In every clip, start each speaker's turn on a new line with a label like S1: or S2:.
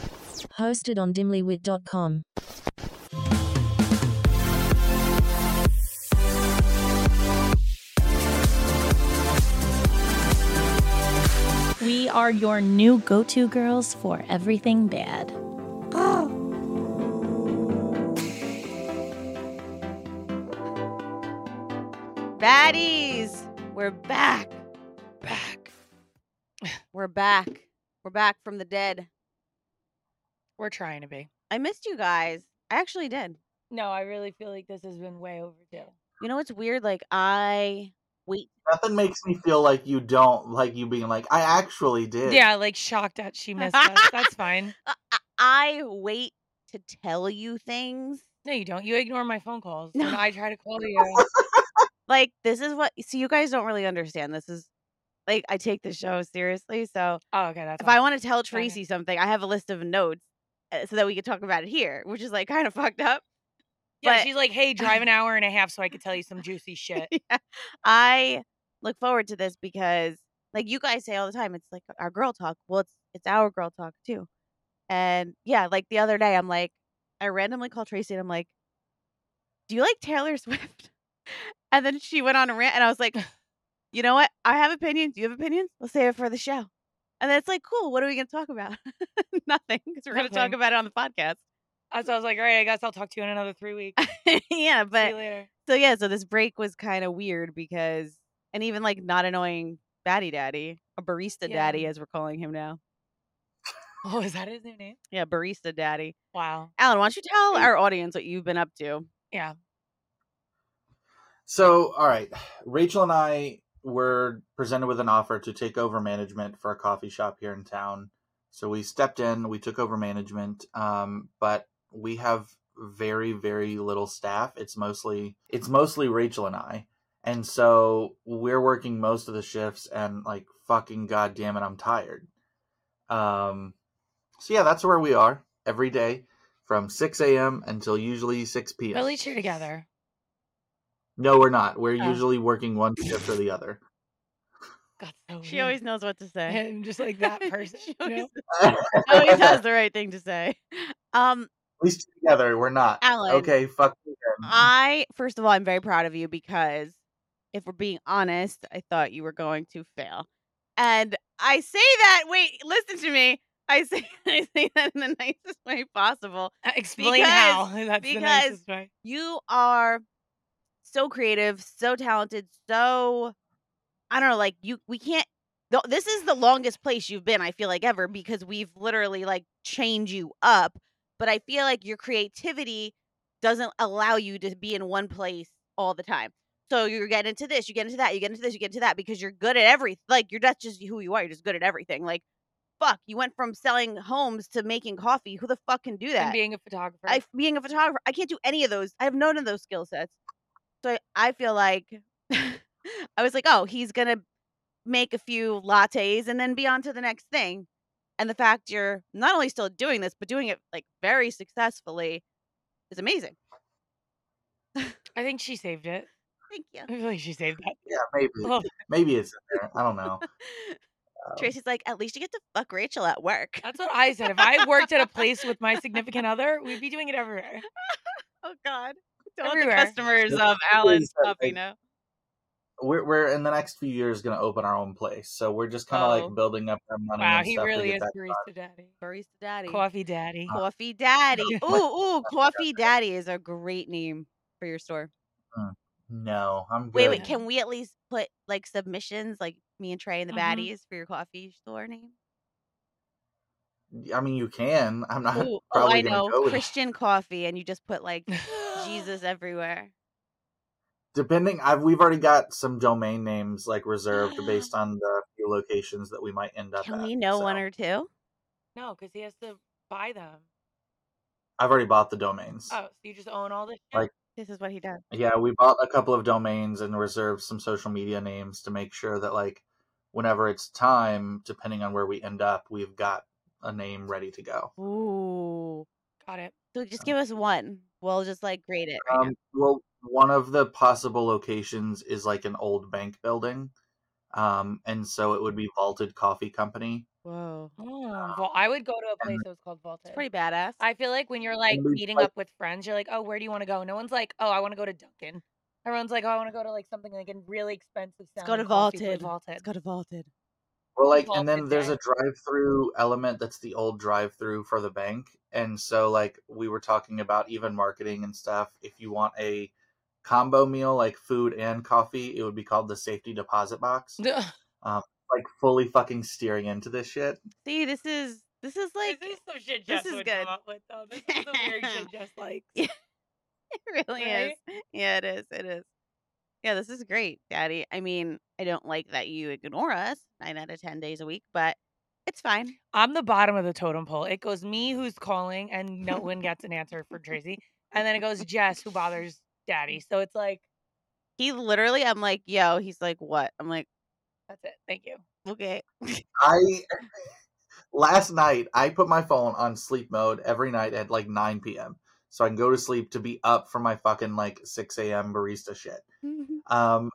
S1: Podcast, hosted on dimlywit.com.
S2: We are your new go to girls for everything bad.
S3: Baddies, we're back. Back. We're back. We're back from the dead.
S4: We're trying to be.
S3: I missed you guys. I actually did.
S4: No, I really feel like this has been way overdue.
S3: You know what's weird? Like I wait.
S5: Nothing makes me feel like you don't like you being like I actually did.
S4: Yeah, like shocked that she missed us. That's fine.
S3: I- I- I wait to tell you things.
S4: No, you don't. You ignore my phone calls.
S3: No.
S4: When I try to call you.
S3: Like this is what. See, you guys don't really understand. This is like I take the show seriously. So
S4: Oh, okay. That's
S3: if
S4: fine.
S3: I want to tell
S4: Got it.
S3: Tracy something, I have a list of notes uh, so that we can talk about it here, which is like kind of fucked up.
S4: Yeah,
S3: but-
S4: she's like, hey, drive an hour and a half so I could tell you some juicy shit.
S3: Yeah. I look forward to this because like you guys say all the time, it's like our girl talk. Well, it's it's our girl talk too. And yeah, like the other day I'm like I randomly call Tracy and I'm like, Do you like Taylor Swift? And then she went on a rant and I was like, You know what? I have opinions. You have opinions? We'll save it for the show. And then it's like, cool, what are we gonna talk about? Nothing. Because we're gonna talk
S4: Nothing.
S3: about it on the podcast.
S4: Uh, So I was like, all right, I guess I'll talk to you in another three weeks.
S3: yeah,
S4: See
S3: but
S4: you later.
S3: so yeah, so this break was kind of weird because, and even like not annoying Batty Daddy, a barista
S4: Yeah.
S3: daddy as we're calling him now.
S4: Oh, is that his new name?
S3: Yeah, barista daddy.
S4: Wow.
S3: Alan, why don't you tell our audience what you've been up to?
S4: Yeah.
S5: So, all right, Rachel and I were presented with an offer to take over management for a coffee shop here in town. So we stepped in, we took over management, um, but we have very, very little staff. It's mostly it's mostly Rachel and I, and so we're working most of the shifts. And like, fucking goddamn it, I'm tired. Um, so yeah, that's where we are every day from 6 a.m. until usually 6 p.m.
S4: Really cheer together.
S5: No, we're not. We're
S4: Oh.
S5: usually working one shift or the other.
S4: God, so
S3: She
S4: weird.
S3: always knows what to
S4: Yeah,
S3: say.
S4: I'm just Oh, like that person.
S3: She
S4: you know?
S3: always- Always has the right thing to say. Um,
S5: At least together, we're not.
S3: Alan,
S5: Okay, fuck you then.
S3: I first of all, I'm very proud of you because if we're being honest, I thought you were going to fail. And I say that, wait, listen to me. I say I say that in the nicest way possible
S4: Uh, Explain
S3: Because-
S4: how. That's the
S3: because
S4: nicest way.
S3: you are so creative, so talented, so I don't know, like you we can't th- this is the longest place you've been, I feel like ever because we've literally like chained you up, but I feel like your creativity doesn't allow you to be in one place all the time. So you get into this, you get into that, you get into this, you get into that because you're good at everything. Like you're not just who you are, you're just good at everything. Like fuck, you went from selling homes to making coffee. Who the fuck can do that?
S4: And being a photographer.
S3: I, being a photographer, I can't do any of those. I have none of those skill sets. So I, I feel like I was like, oh, he's gonna make a few lattes and then be on to the next thing. And the fact you're not only still doing this, but doing it like very successfully is amazing.
S4: I think she saved it.
S3: Thank you.
S4: I feel like she saved that.
S5: Yeah, maybe.
S4: Oh,
S5: Maybe it's in there. I don't know. Um,
S3: Tracy's like, at least you get to fuck Rachel Oh. at work.
S4: That's what I said. If I worked at a place with my significant other, we'd be doing it everywhere.
S3: Oh God. Don't the
S4: Everywhere.
S3: customers of Alan's coffee know.
S5: We're, we're in the next few years going to open our own place. So we're just kind of
S3: Oh.
S5: like building up our money.
S4: Wow,
S5: and
S4: he
S5: stuff to
S4: really
S5: get
S4: is
S5: that
S4: barista daddy,
S3: Barista Daddy.
S4: coffee daddy.
S3: Coffee Daddy.
S4: Yeah.
S3: Ooh, ooh, Coffee Daddy is a great name for your store.
S5: No, I'm good.
S3: Wait, wait,
S4: Yeah.
S3: can we at least put like submissions, like me and Trey and the
S4: Mhm.
S3: baddies for your coffee store name?
S5: I mean, you can. I'm not
S3: Ooh, oh,
S5: probably
S3: I
S5: going
S3: know.
S5: to go with it.
S3: Christian coffee, and you just put like
S5: Um
S3: Jesus everywhere.
S5: Depending, I've, we've already got some domain names like reserved based on the few locations that we might end up
S3: Can
S5: at.
S3: we know one
S5: so.
S3: or two?
S4: No, because he has to buy them.
S5: I've already bought the domains.
S4: Oh, so you just own all this shit?
S5: Like-
S3: This is what he does.
S5: Yeah, we bought a couple of domains and reserved some social media names to make sure that like whenever it's time, depending on where we end up, we've got a name ready to go.
S3: Ooh.
S4: Got it.
S3: So just give us one. We'll just like grade it. right now.
S5: Um, well, one of the possible locations is like an old bank building, um, and so it would be Vaulted Coffee Company,
S3: Whoa.
S5: uh,
S4: Oh, well, I would go to a place that was called Vaulted.
S3: It's pretty badass.
S4: I feel like when you're like
S5: we
S4: meeting
S5: fight-
S4: up with friends, you're like, oh, where do you want to go? No one's like, oh, I want to go to Dunkin'. Everyone's like, oh, I want to go to like something like in really expensive.
S3: Let's go
S4: sounding
S3: to
S4: coffee place,
S3: Vaulted.
S4: Vaulted.
S3: It's got a vaulted.
S5: Well, like,
S4: Well,
S5: and then
S4: good
S5: there's
S4: day.
S5: a drive-through element that's the old drive-through for the bank, and so like we were talking about even marketing and stuff. If you want a combo meal like food and coffee, it would be called the safety deposit box. Like fully fucking steering into this shit.
S3: See, this is this is like
S4: this is some shit
S3: this
S4: Jess
S3: is
S4: would
S3: good.
S4: come up with though. This is some weird shit Jess likes.
S3: Yeah. it really
S4: Right?
S3: is. Yeah, it is. It is. Yeah, this is great, Daddy. I mean, I don't like that you ignore us nine out of ten days a week, but it's fine.
S4: I'm the bottom of the totem pole. It goes me who's calling and no one gets an answer for Tracy. And then it goes Jess who bothers daddy. So it's like,
S3: He literally, I'm like, yo, he's like, what? I'm like,
S4: that's it. Thank you.
S3: okay.
S5: I last night I put my phone on sleep mode every night at like 9 p.m. so I can go to sleep to be up for my fucking like 6 a.m. barista shit. um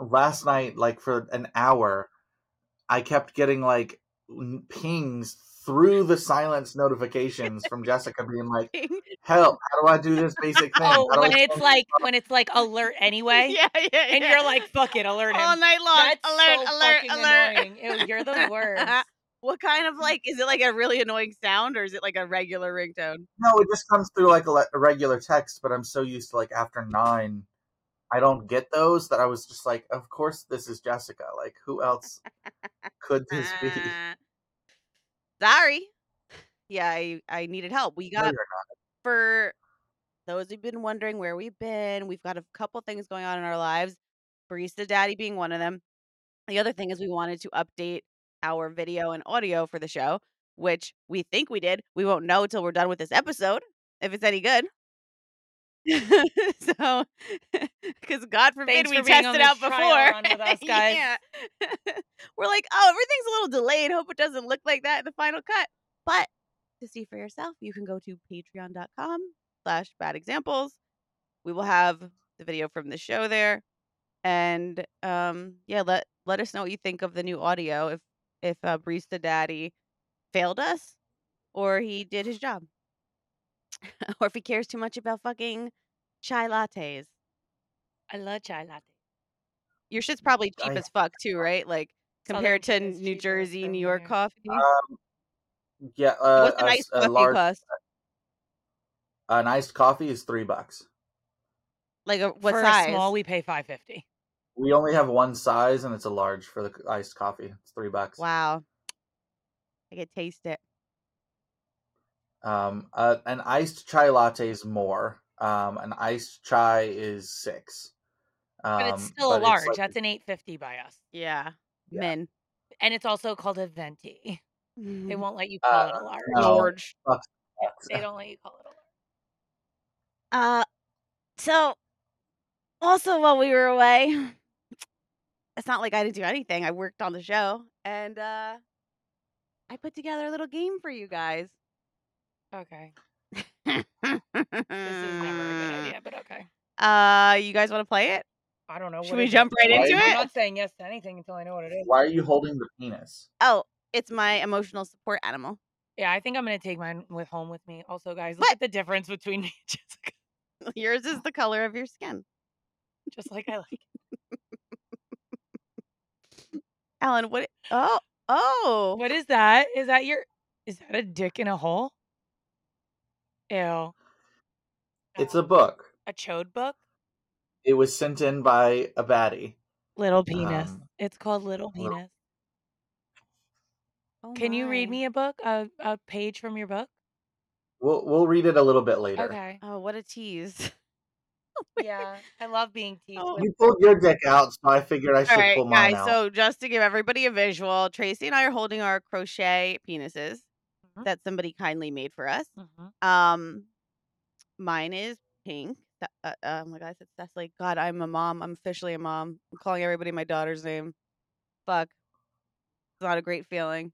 S5: last night like for an hour i kept getting like n- pings through the silence notifications from jessica being like help how do i do this basic thing
S4: Oh,
S5: How do I
S4: when it's
S5: change-"
S4: like when it's like alert anyway,
S3: yeah, yeah,
S4: and
S3: yeah.
S4: you're like, fuck it, alert him.
S3: all night long.
S4: That's
S3: alert,
S4: so
S3: alert,
S4: fucking
S3: alert.
S4: annoying. Ew, you're the worst.
S3: What kind of like is it like a really annoying sound or is it like a regular ringtone?
S5: no it just comes through like a, le- a regular text but i'm so used to like after nine i don't get those that i was just like of course this is jessica like who else could this be
S3: Uh, sorry. Yeah, I, I needed help. We
S5: No,
S3: got
S5: you're not.
S3: for those who've been wondering where we've been, we've got a couple things going on in our lives. Barista Daddy being one of them. The other thing is we wanted to update our video and audio for the show, which we think we did. We won't know till we're done with this episode if it's any good. so, because God forbid
S4: Thanks
S3: we
S4: for being
S3: tested
S4: on
S3: out
S4: this
S3: before.
S4: trial run with us, guys.
S3: Yeah. We're like, oh, everything's a little delayed. Hope it doesn't look like that in the final cut. But to see for yourself, you can go to patreon.com slash bad examples. We will have the video from the show there. And um, yeah, let let us know what you think of the new audio if if uh, Barista Daddy failed us or he did his job. or if he cares too much about fucking chai lattes.
S4: I love chai latte.
S3: Your shit's probably cheap
S5: I-
S3: as fuck too, right? Like
S4: Southern
S3: compared to
S4: shit is
S3: New
S4: cheap as
S3: Jersey,
S4: down
S3: New York
S4: here.
S3: coffee.
S5: yeah uh,
S3: What's
S5: a
S3: an
S5: s-
S3: iced
S5: a
S3: coffee
S5: large
S3: cost?
S5: an iced coffee is three bucks.
S3: Like a, what
S4: for
S3: size?
S4: a small, we pay five fifty.
S5: We only have one size, and it's a large for the iced coffee. It's three bucks.
S3: wow. I could taste it.
S5: Um, uh, an iced chai latte is more. Um, an iced chai is six. Um,
S4: But it's still a
S5: but
S4: large.
S5: like-
S4: That's an eight fifty by us.
S3: Yeah.
S5: Yeah.
S3: Men.
S4: And it's also called a venti.
S3: Mm-hmm.
S4: They won't let you
S5: Uh,
S4: call it a large.
S5: no.
S3: George.
S4: Yeah, They don't let you call it a large.
S3: Uh, so also while we were away, it's not like I didn't do anything. I worked on the show and uh I put together a little game for you guys.
S4: Okay.
S3: this is
S4: This is never a good idea, but okay.
S3: Uh, you guys want to play it?
S4: I don't know.
S3: Should
S4: what
S3: we
S4: is it?
S3: jump right
S5: Why
S3: into
S5: is
S4: I'm
S3: it?
S4: not saying yes to anything until I know what it is.
S5: Why are you holding the penis?
S3: Oh, it's my emotional support animal.
S4: Yeah, I think I'm gonna take mine with home with me. Also, guys, look
S3: What?
S4: at the difference between me and Jessica.
S3: Yours is the color of your skin.
S4: Just like I like. it.
S3: Alan, what? Oh, oh.
S4: What is that? Is that your? Is that a dick in a hole? Ew.
S5: It's
S4: Uh,
S5: a book.
S4: a chode book.
S5: It was sent in by a baddie.
S4: Little penis.
S5: Um,
S4: it's called Little
S5: Little-
S4: Penis.
S3: Oh
S4: Can you read
S3: my.
S4: me a book? A, a page from your book?
S5: We'll we'll read it a little bit later.
S4: Okay.
S3: Oh, what a tease.
S4: Yeah, I love being teased.
S3: Oh.
S4: with-
S5: You pulled your dick out, so I figured I should
S3: All right,
S5: pull mine
S3: guys.
S5: out.
S3: So just to give everybody a visual, Tracy and I are holding our crochet penises
S4: Mhm.
S3: that somebody kindly made for us.
S4: Mhm.
S3: Um, mine is pink. Th- Uh, oh my gosh, it's that's like God. I'm a mom. I'm officially a mom. I'm calling everybody my daughter's name. Fuck, it's not a great feeling.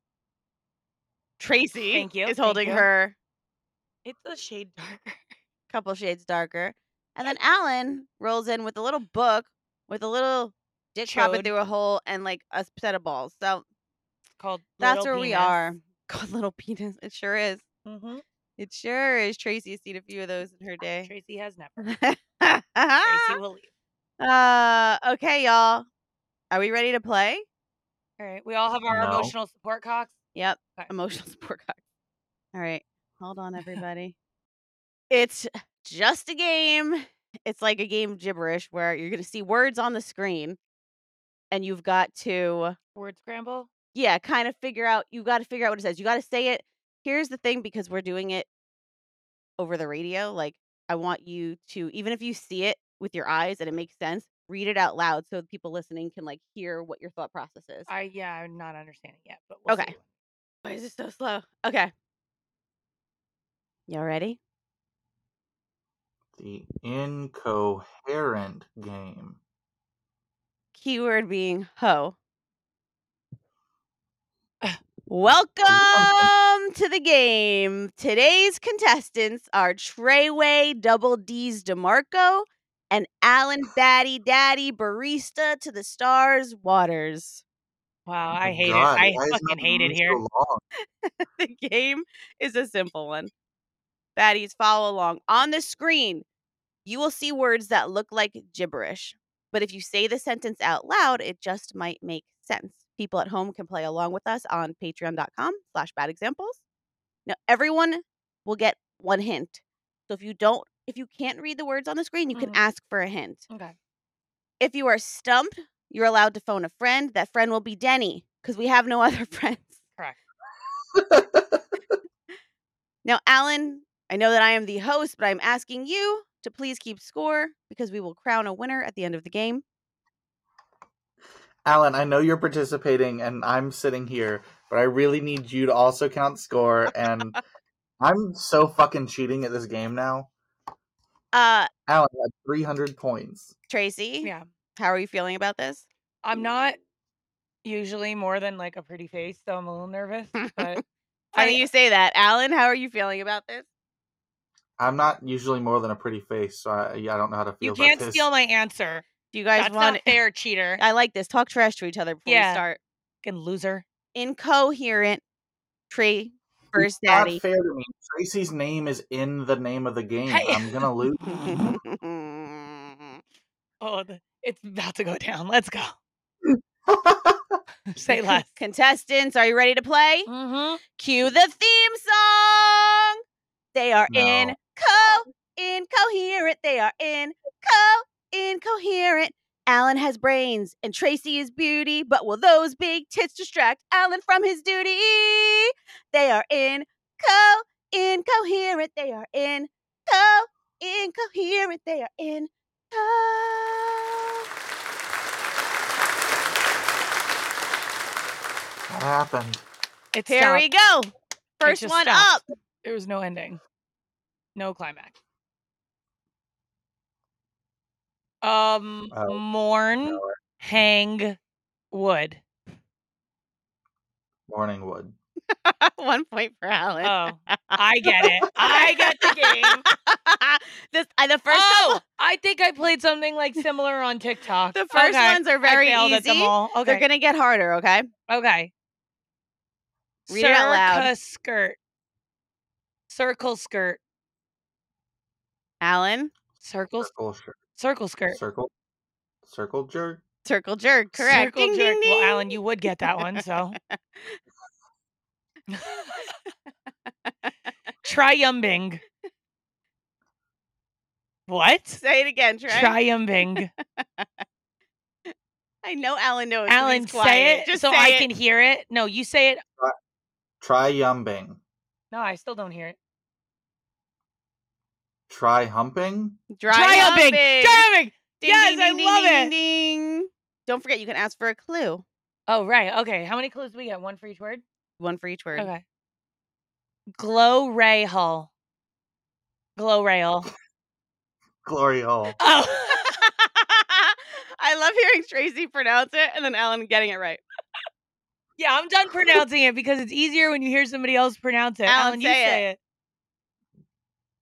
S3: Tracy
S4: Thank you,
S3: is
S4: thank
S3: holding
S4: you.
S3: her
S4: It's a shade darker.
S3: couple shades darker, and then Alan rolls in with a little book with a little dick popping
S4: Chode.
S3: through a hole and like a set of balls. So
S4: It's called
S3: That's
S4: Little
S3: where we
S4: Penis.
S3: are. God, little penis. It sure is.
S4: Mhm.
S3: It sure is. Tracy has seen a few of those in her day.
S4: Tracy has never. Tracy
S3: uh,
S4: will leave.
S3: okay, y'all. Are we ready to play?
S4: All right. We all have our
S5: No.
S4: emotional support cocks.
S3: Yep.
S4: Okay.
S3: Emotional support card. All right. Hold on, everybody. it's just a game. It's like a game gibberish where you're going to see words on the screen and you've got to,
S4: Word scramble.
S3: yeah, kind of figure out, you've got to figure out what it says. You got to say it. Here's the thing because we're doing it over the radio. Like, I want you to, even if you see it with your eyes and it makes sense, read it out loud so the people listening can like hear what your thought process is.
S4: I yeah, I'm not understanding yet, but we'll see
S3: Okay. Why
S4: what-
S3: is it so slow? Okay. Y'all ready?
S5: The incoherent game.
S3: Keyword being ho. Welcome to the game. Today's contestants are Treyway Double D's DeMarco and Alan Batty Daddy Barista to the Stars Waters.
S4: Wow, Oh, I hate
S5: Oh
S4: it.
S5: God, why
S4: I
S5: is
S4: fucking
S5: nothing
S4: hate it
S5: so
S4: here.
S5: long?
S3: the game is a simple one. Baddies, follow along. On the screen, you will see words that look like gibberish. But if you say the sentence out loud, it just might make sense. People at home can play along with us on patreon.com slash bad examples. Now everyone will get one hint. So if you don't if you can't read the words on the screen, you can
S4: Mhm.
S3: ask for a hint.
S4: Okay.
S3: If you are stumped, you're allowed to phone a friend. That friend will be Denny, because we have no other friends.
S4: Correct.
S3: Now, Alan, I know that I am the host, but I'm asking you to please keep score because we will crown a winner at the end of the game.
S5: Alan, I know you're participating and I'm sitting here, but I really need you to also count score and I'm so fucking cheating at this game now.
S3: Uh,
S5: Alan had 300 points.
S3: Tracy,
S4: Yeah.
S3: how are you feeling about this?
S4: I'm not usually more than like a pretty face, so I'm a little nervous. But I
S3: Funny you say that. Alan, how are you feeling about this?
S5: I'm not usually more than a pretty face, so I, yeah, I don't know how to feel
S4: you
S5: about
S4: can't
S5: this.
S4: steal my answer.
S3: Do you guys
S4: That's
S3: want
S4: not fair, cheater.
S3: I like this. Talk trash to each other before we
S4: Yeah.
S3: start.
S4: Fucking loser.
S3: Incoherent Trey
S5: It's
S3: first daddy.
S5: Not fair to me. Tracy's name is in the name of the game.
S4: Hey.
S5: I'm gonna lose.
S4: Oh, the, it's about to go down. Let's go. Say less.
S3: Contestants, are you ready to play?
S4: Mm-hmm.
S3: Cue the theme song. They are in
S5: No.
S3: co incoherent. They are in co incoherent. Alan has brains and Tracy is beauty, but will those big tits distract Alan from his duty? They are in co incoherent. They are in co incoherent. They are in co.
S5: what happened?
S4: It's
S3: Here we go. First
S4: just
S3: one up.
S4: stopped. There was no ending. No climax. Um,
S3: Uh,
S5: Oh,
S4: mourn,
S5: no.
S4: hang, wood.
S5: Morning wood.
S3: one point for Alan.
S4: Oh, I get it. I get the game.
S3: this I the first
S4: oh,
S3: couple,
S4: I think I played something like similar on TikTok.
S3: the first
S4: Oh, Okay,
S3: ones are
S4: I
S3: very
S4: failed At them
S3: easy.
S4: all. Okay.
S3: They're gonna get harder. Okay.
S4: okay.
S3: Read it out loud.
S4: Circus skirt. Circle skirt.
S3: Alan,
S4: Circle
S5: Circle shirt.
S4: circle skirt.
S5: Circle. Circle jerk.
S3: circle jerk. Correct.
S4: Circle
S3: Ding,
S4: jerk.
S3: ding,
S4: Well,
S3: ding.
S4: Alan, you would get that one, so. Triumbing. What?
S3: Say it again. Try.
S4: Triumbing.
S3: I know Alan knows. but
S4: Alan,
S3: he's quiet.
S4: say it
S3: Just
S4: so
S3: say
S4: I
S3: it.
S4: can hear it. No, you say it.
S5: Try yumbing.
S4: No, I still don't hear it.
S5: Try humping.
S3: Dry, humping.
S4: Triumbing.
S3: Ding,
S4: Yes,
S3: ding,
S4: I
S3: ding,
S4: love
S3: ding, Ding,
S4: it.
S3: ding. Don't forget, you can ask for a clue.
S4: Oh, right. Okay. How many clues do we get? One for each word?
S3: One for each word.
S4: Okay. Glow ray hull. Glow rail.
S5: Glory hole.
S4: Oh.
S3: I love hearing Tracy pronounce it and then Alan getting it right.
S4: Yeah, I'm done pronouncing it because it's easier when you hear somebody else pronounce it.
S3: Alan,
S4: Alan, you
S3: say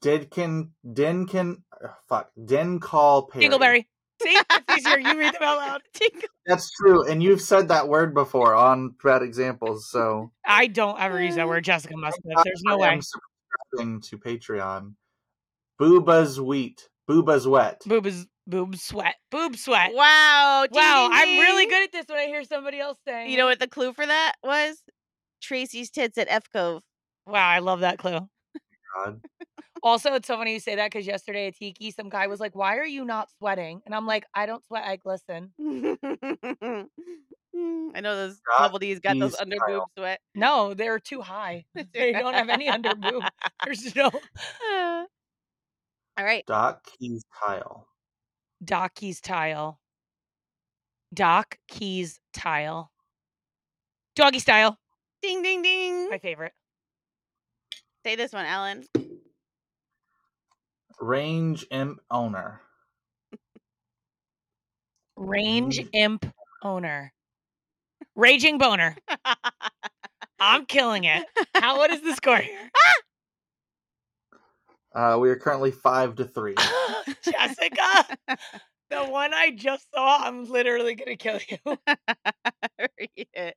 S4: say it.
S5: Didkin. Dinkin. ugh, Fuck. Din call Perry.
S4: Dingleberry. See, it's easier. You read them out loud.
S3: Tingle-
S5: That's true. And you've said that word before on bad examples. So
S4: I don't ever use that word. Jessica must have. There's no
S5: I
S4: way.
S5: am subscribing to Patreon. Booba's wheat. Booba's wet.
S4: Boob is boob sweat. Boob sweat.
S3: Wow. ding,
S4: Wow,
S3: ding,
S4: I'm really
S3: ding.
S4: good at this when I hear somebody else saying.
S3: You know
S4: it.
S3: what the clue for that was? Tracy's tits at F Cove.
S4: Wow, I love that clue.
S5: God.
S4: Also, it's so funny you say that because yesterday at Tiki, some guy was like, "Why are you not sweating?" And I'm like, "I don't sweat. I glisten." Mm,
S3: I know those
S5: Got
S3: bubble D's got those
S5: these
S3: under boob
S5: style.
S3: sweat.
S4: No, they're too high. They don't have any under boob. There's no
S3: All right.
S5: Doc Keys Kyle.
S4: Doc Keys tile. Doc Keys tile. Doggy style.
S3: Ding ding ding.
S4: My favorite.
S3: Say this one, Alan.
S5: Range imp owner.
S4: Range
S5: Range.
S4: imp owner. Raging boner. I'm killing it. How what is the score here?
S5: Uh, we are currently five to three.
S4: Jessica. The one I just saw, I'm literally gonna kill you.
S3: Yeah.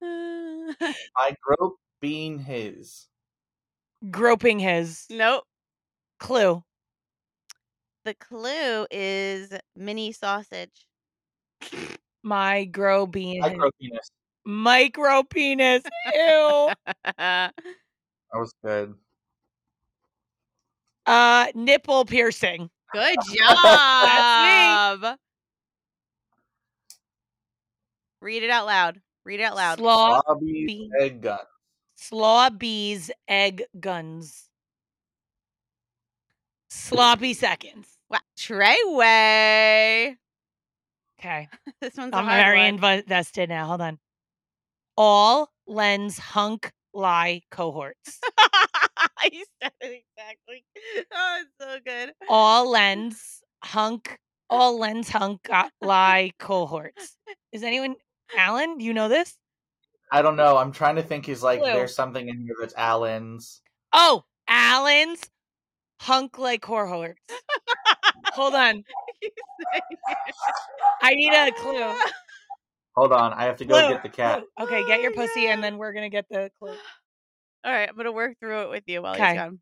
S3: Uh,
S5: I grope being his.
S4: Groping his
S3: nope.
S4: clue.
S3: The clue is mini sausage.
S4: My grow bean.
S5: I grope penis.
S4: Micro penis. Ew.
S3: That
S5: That was good.
S4: Uh nipple piercing.
S3: Good job. Read it out loud. Read it out loud.
S4: Slaw,
S5: Bobby's
S4: be-
S5: egg gun.
S4: slaw bees egg guns. Sloppy seconds.
S3: Wow. Treyway.
S4: Okay.
S3: This one's a
S4: I'm
S3: hard
S4: very
S3: one.
S4: invested now. Hold on. All lens hunk lie cohorts.
S3: you said it exactly. Oh, it's so good.
S4: All lens hunk, all lens hunk uh, lie cohorts. Is anyone, Alan, do you know this?
S5: I don't know. I'm trying to think. He's like,
S4: Clue.
S5: there's something in here that's Allen's.
S4: Oh, Alan's hunk like cohorts. Hold on.
S3: You said it.
S4: I need a clue.
S5: Hold on. I have to go
S4: Clue,
S5: get the cat.
S4: clue. Okay, get your
S3: Oh,
S4: pussy and
S3: no.
S4: then we're going to get the clue.
S3: All right, I'm gonna work through it with you while
S4: Okay.
S3: he's gone.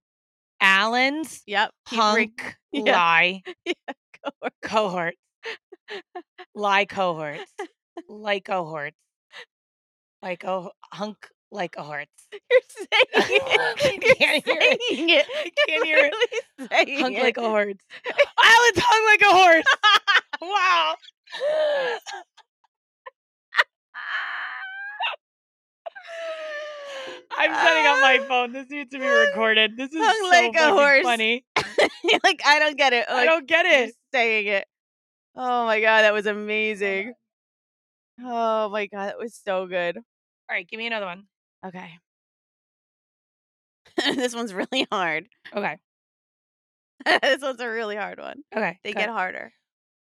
S4: Allen's
S3: Yep. keep re-
S4: hunk
S3: Yeah.
S4: lie
S3: Yeah, cohort.
S4: cohort. lie cohorts. Like cohorts. Like oh hunk like cohorts.
S3: You're saying
S4: I
S3: it. You're
S4: can't hear it.
S3: saying it.
S4: I
S3: You're
S4: can't hear it.
S3: literally saying
S4: Hunk
S3: it.
S4: like cohorts. Allen's hung like a horse. Wow. I'm setting up my phone. This needs to be recorded. This is
S3: Hung
S4: so
S3: like a
S4: fucking
S3: horse.
S4: funny.
S3: You're like I don't get it.
S4: I
S3: Like,
S4: don't get
S3: you're
S4: it.
S3: saying it. Oh my god, that was amazing. Oh my god, that was so good.
S4: All right, give me another one.
S3: Okay. this one's really hard.
S4: Okay.
S3: this one's a really hard one.
S4: Okay.
S3: They
S4: go.
S3: get harder.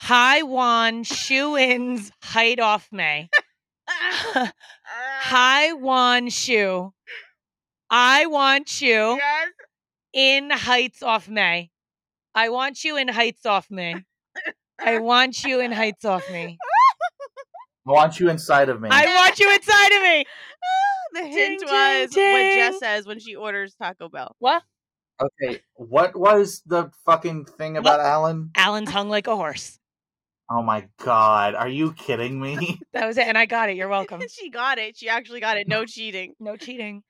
S4: Hi Wan Shu In's height off May. Hi Wan Shu. I want you
S3: Yes.
S4: in heights off May. I want you in heights off me. I want you in heights off me.
S5: I want you inside of me.
S4: I want you inside of me.
S3: The
S4: Ding,
S3: hint
S4: ding,
S3: was what
S4: ding.
S3: Jess says when she orders Taco Bell.
S4: What?
S5: okay. What was the fucking thing about Allen?
S4: Alan's hung like a horse.
S5: Oh my god. Are you kidding me?
S4: That was it. And I got it. You're welcome.
S3: she got it. She actually got it. No cheating.
S4: No cheating.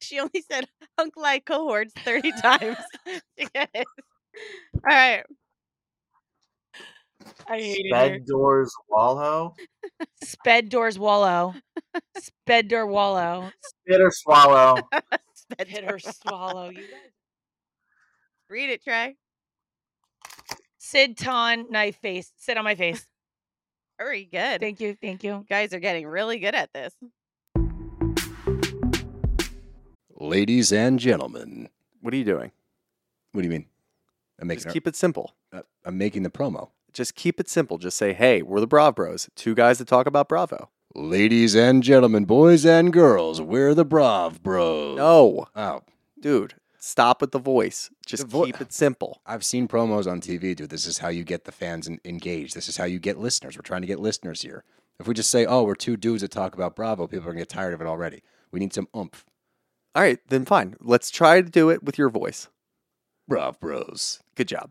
S3: She only said hunk like cohorts 30 times. yes. All right.
S4: I hated
S5: Bed doors wallow?
S4: you. Sped doors wallow. Sped door wallow.
S5: Spit or swallow?
S3: Spend
S4: Spit
S3: her-
S4: or swallow. You guys.
S3: Read it, Trey.
S4: Sid Ton knife face. Sit on my face.
S3: Very good.
S4: Thank you. Thank you.
S3: You guys are getting really good at this.
S6: Ladies and gentlemen,
S7: What are you doing?
S6: what do you mean? I'm making
S7: Just
S6: our-
S7: keep it simple.
S6: uh, I'm making the promo.
S7: Just keep it simple. Just say, hey, we're the Brav Bros, two guys that talk about Bravo.
S6: Ladies and gentlemen, boys and girls, we're the Brav Bros.
S7: No,
S6: Oh,
S7: dude, Stop with the voice. Just
S6: The vo-
S7: keep it simple.
S6: I've seen promos on TV, dude. This is how you get the fans en- engaged. This is how you get listeners. We're trying to get listeners here. If we just say, "Oh, we're two dudes that talk about Bravo," people are gonna get tired of it already. We need some oomph.
S7: All right, then fine. Let's try to do it with your voice.
S6: Brav Bros.
S7: Good job.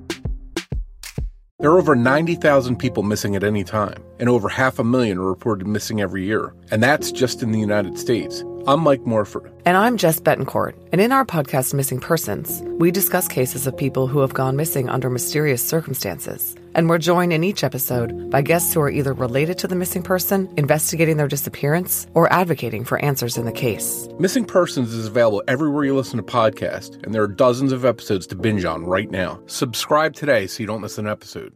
S8: There are over 90,000 people missing at any time, and over half a million are reported missing every year. And that's just in the United States. I'm Mike Morford.
S9: And I'm Jess Betancourt. And in our podcast, Missing Persons, we discuss cases of people who have gone missing under mysterious circumstances. And we're joined in each episode by guests who are either related to the missing person, investigating their disappearance, or advocating for answers in the case.
S8: Missing Persons is available everywhere you listen to podcasts, and there are dozens of episodes to binge on right now. Subscribe today so you don't miss an episode.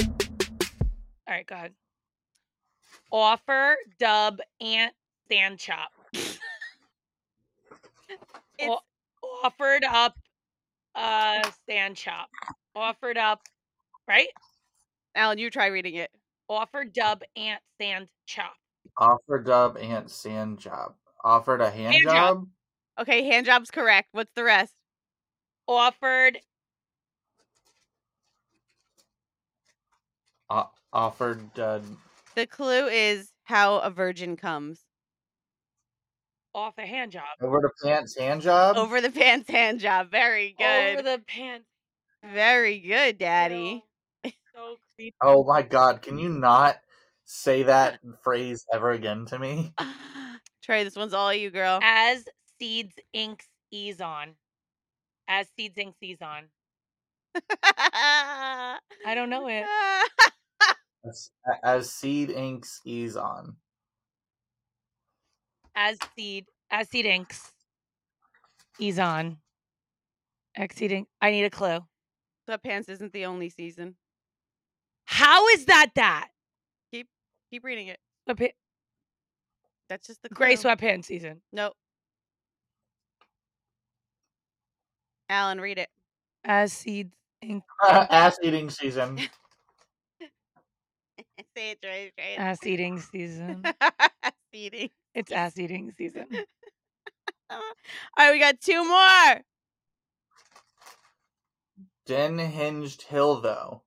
S4: All right, go ahead. Offer, dub, and stand chop.
S3: It's-
S4: O- offered up, uh, stand chop. Offered up, right?
S3: Alan, you try reading it.
S4: Offer, dub, and stand chop.
S5: Offer dub and sand job. Offered a hand,
S4: Hand job.
S5: job.
S3: Okay, hand job's correct. What's the rest?
S4: Offered,
S5: O- offered uh,
S3: The clue is how a virgin comes
S4: offer hand job.
S5: over the pants hand job.
S3: over the pants hand job. Very good.
S4: Over the pants.
S3: Very good, Daddy.
S4: Ew. So creepy.
S5: oh my god! Can you not say that phrase ever again to me?
S3: Trey, this one's all you, girl.
S4: As seeds, inks, ease on. As seeds, inks, ease on. I don't know it.
S5: As, as seed inks ease on.
S4: as seed as seed inks he's on exceeding i need a clue
S3: Sweatpants isn't the only season.
S4: how is that that
S3: Keep reading it.
S4: A pi-
S3: That's just the clue.
S4: gray sweatpants season
S3: Nope. Alan, read it.
S4: as seed ink
S5: Ass eating season.
S3: Say it, Trey. Trey.
S4: ass eating season
S3: Eating.
S4: it's ass eating season
S3: All right, we got two more.
S5: Den hinged hill though.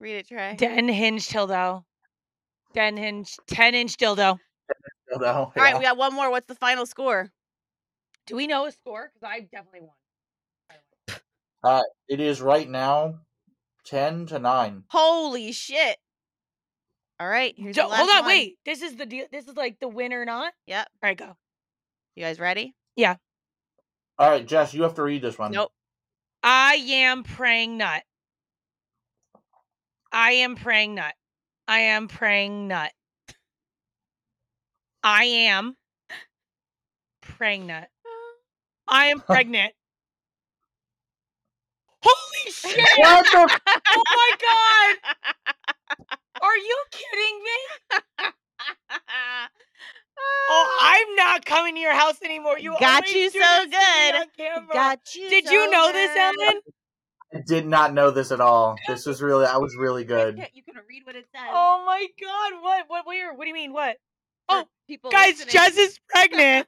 S3: Read it, Trey.
S4: 10 hinge dildo 10 hinge 10 inch dildo
S5: Hill though.
S3: All right,
S5: yeah.
S3: we got one more. What's the final score?
S4: do we know a score because i definitely won
S5: It is right now ten to nine.
S3: Holy shit. All right, here's
S4: Do-
S3: the last
S4: hold on
S3: one.
S4: wait this is the deal this is like the win or not
S3: Yep.
S4: all right go
S3: You guys ready?
S5: All right, Jess, you have to read this one.
S3: Nope.
S4: I am praying nut. I am praying nut. I am praying nut. I am praying nut. I am pregnant. Holy shit!
S5: What the
S4: Oh my god! Are you kidding me? Oh, I'm not coming to your house anymore. You
S3: Ah. Got
S4: always
S3: you
S4: do
S3: so
S4: this to me
S3: good.
S4: on camera.
S3: Got you.
S4: Did you
S3: so
S4: know this,
S3: good.
S4: Ellen?
S5: I did not know this at all. This was really I was really good.
S3: You can read what it says.
S4: Oh my god! What? What? Where? What do you mean? What?
S3: for
S4: oh,
S3: people
S4: Guys,
S3: listening.
S4: Jess is pregnant.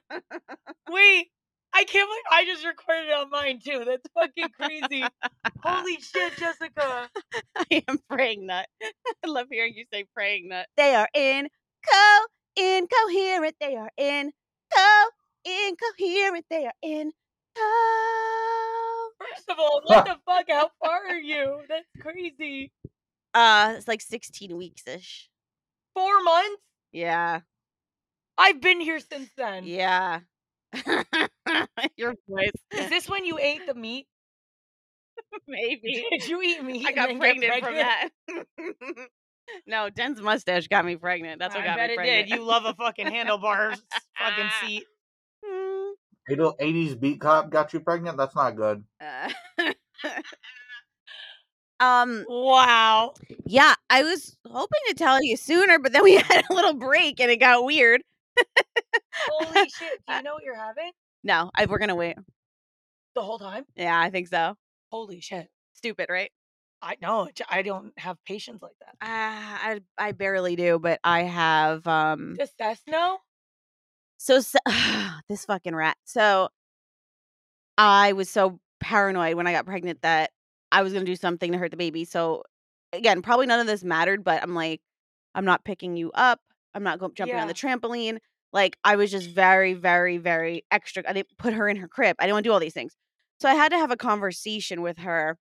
S4: Wait, I I can't believe I just recorded it on mine too. That's fucking crazy. Holy shit, Jessica.
S3: I am praying nut. I love hearing you say praying nut. They are in co incoherent. They are in co incoherent. They are in co.
S4: First of all, what the fuck? How far are you? That's crazy.
S3: Uh, it's like sixteen weeks ish.
S4: Four months?
S3: Yeah,
S4: I've been here since then.
S3: yeah. Your voice,
S4: Is this when you ate the meat?
S3: maybe.
S4: Did you eat meat?
S3: I
S4: and
S3: got
S4: then get
S3: pregnant, from that. no, Den's mustache got me pregnant. That's what
S4: I
S3: got
S4: bet
S3: me
S4: it
S3: pregnant.
S4: did. You love a fucking handlebar s- fucking seat.
S3: Mm,
S5: Eighty- 80s beat cop got you pregnant? That's not good.
S3: uh, um.
S4: Wow.
S3: Yeah, I was hoping to tell you sooner, but then we had a little break and it got weird.
S4: Holy shit. Do you know what you're having
S3: No, I, we're gonna wait.
S4: the whole time?
S3: Yeah, I think so.
S4: Holy shit.
S3: Stupid, right?
S4: I know. j- I don't have patience like that.
S3: Uh,
S4: Ah,
S3: I I barely do, but I have um.
S4: Does Seth know?
S3: So, s this fucking rat. So I was so paranoid when I got pregnant that I was going to do something to hurt the baby. So again, probably none of this mattered, but I'm like I'm not picking you up. I'm not go- jumping on the trampoline. Like I was just very very very extra. I didn't put her in her crib. I didn't want to do all these things. So I had to have a conversation with her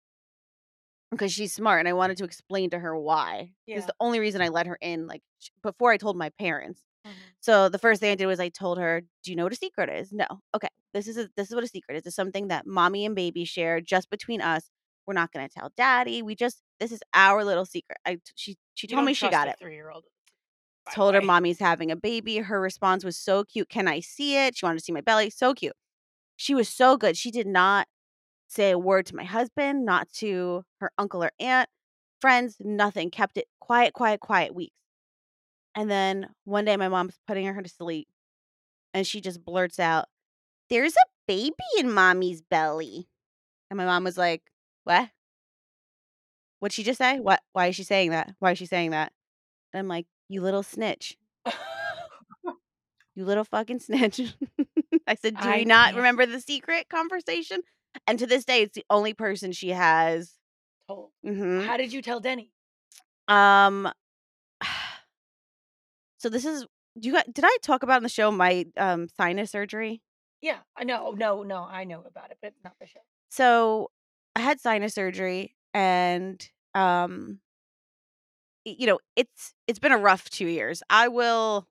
S3: because she's smart and I wanted to explain to her why. It's
S4: Yeah.
S3: the only reason I let her in like sh- before I told my parents.
S4: Mm-hmm.
S3: So the first thing I did was I told her, "Do you know what a secret is?" No. Okay. This is a, this is what a secret is. It's something that mommy and baby share just between us. We're not going to tell daddy. We just this is our little secret. I t- she she
S4: You
S3: told
S4: don't
S3: me she
S4: trust
S3: got
S4: a
S3: it.
S4: Three-year-old. by the
S3: Told her
S4: way.
S3: mommy's having a baby. Her response was so cute. Can I see it? She wanted to see my belly. So cute. She was so good. She did not say a word to my husband, not to her uncle or aunt, friends, nothing. Kept it quiet, quiet, quiet weeks. And then one day my mom's putting her to sleep and she just blurts out, There's a baby in mommy's belly. And my mom was like, What? What'd she just say? What why is she saying that? Why is she saying that? And I'm like, You little snitch. You little fucking snitch. I said, Do
S4: I
S3: you not
S4: can't-
S3: remember the secret conversation? And to this day, it's the only person she has.
S4: Told.
S3: Mhm.
S4: How did you tell Denny?
S3: Um. So this is. Do you got, did I talk about in the show my um sinus surgery?
S4: Yeah, I know. No, no, I know about it, but not the show.
S3: So I had sinus surgery, and um, y- you know it's it's been a rough two years. I will,